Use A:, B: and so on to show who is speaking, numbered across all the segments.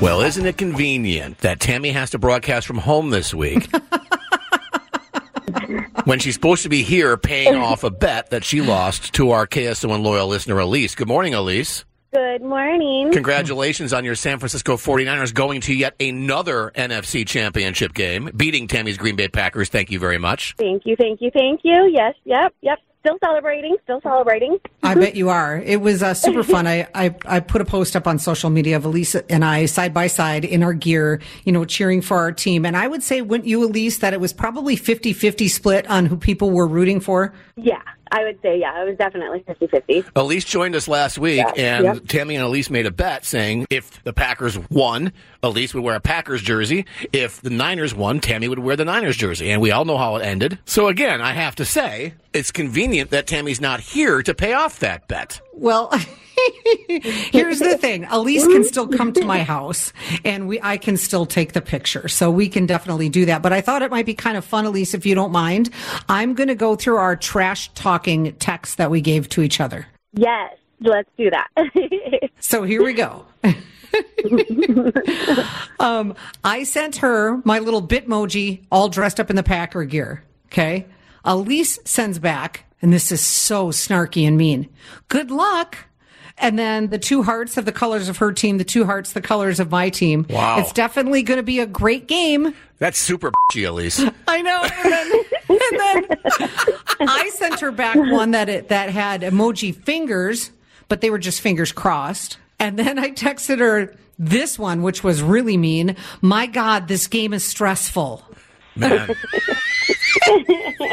A: Well, isn't it convenient that Tammy has to broadcast from home this week when she's supposed to be here paying off a bet that she lost to our KSON loyal listener, Elise? Good morning, Elise.
B: Good morning.
A: Congratulations on your San Francisco 49ers going to yet another NFC championship game, beating Tammy's Green Bay Packers. Thank you very much.
B: Thank you, thank you, thank you. Yes, yep, yep. Still celebrating, still celebrating.
C: I bet you are. It was uh, super fun. I, I, I put a post up on social media of Elise and I side by side in our gear, you know, cheering for our team. And I would say, wouldn't you, Elise, that it was probably 50 50 split on who people were rooting for?
B: Yeah, I would say, yeah, it was definitely 50 50.
A: Elise joined us last week, and
B: Yep.
A: Tammy and Elise made a bet saying if the Packers won, Elise would wear a Packers jersey. If the Niners won, Tammy would wear the Niners jersey. And we all know how it ended. So, again, I have to say, it's convenient that Tammy's not here to pay off that bet.
C: Well, here's the thing. Elise can still come to my house and we I can still take the picture. So we can definitely do that. But I thought it might be kind of fun, Elise, if you don't mind. I'm going to go through our trash talking text that we gave to each other.
B: Yes, let's do that.
C: So here we go. um, I sent her my little Bitmoji all dressed up in the Packer gear. Okay. Elise sends back, and this is so snarky and mean. Good luck. And then the two hearts of the colors of her team, the two hearts, the colors of my team.
A: Wow.
C: It's definitely going to be a great game.
A: That's super bitchy, Elise.
C: I know. And then, and then I sent her back one that it, that had emoji fingers, but they were just fingers crossed. And then I texted her this one, which was really mean. My God, this game is stressful.
A: Man.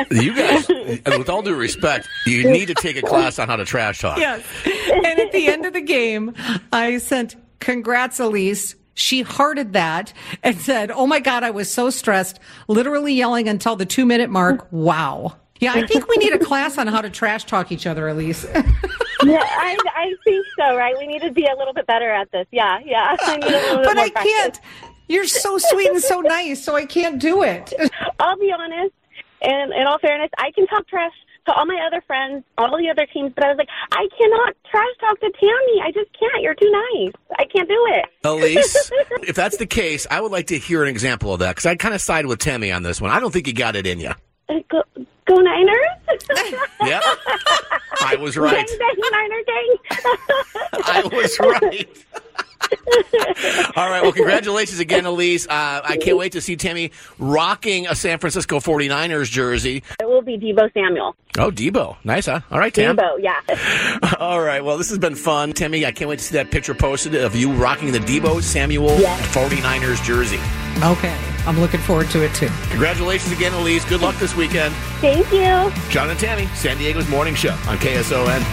A: you guys, with all due respect, you need to take a class on how to trash talk.
C: Yes. And at the end of the game, I sent congrats, Elise. She hearted that and said, Oh my God, I was so stressed, literally yelling until the two minute mark. Wow. Yeah, I think we need a class on how to trash talk each other, Elise.
B: yeah, I, I think so, right? We need to be a little bit better at this. Yeah, yeah. I need a little bit
C: but
B: more
C: I
B: practice.
C: can't. You're so sweet and so nice, so I can't do it.
B: I'll be honest, and in all fairness, I can talk trash to all my other friends, all the other teams, but I was like, I cannot trash talk to Tammy. I just can't. You're too nice. I can't do it.
A: Elise, if that's the case, I would like to hear an example of that because I kind of side with Tammy on this one. I don't think you got it in you.
B: Uh, Go, go Niners!
A: Yep. I was right.
B: Dang, dang, Niner, dang.
A: I was right. All right. Well, congratulations again, Elise. Uh, I can't wait to see Tammy rocking a San Francisco 49ers jersey.
B: it will be Debo Samuel.
A: Oh, Debo. Nice, huh? All right, Tam.
B: Debo, yeah.
A: All right. Well, this has been fun. Tammy, I can't wait to see that picture posted of you rocking the Debo Samuel
B: Yeah.
A: 49ers jersey.
C: okay, I'm looking forward to it too.
A: Congratulations again, Elise. Good luck this weekend.
B: Thank you.
A: John and Tammy, San Diego's Morning Show on KSON.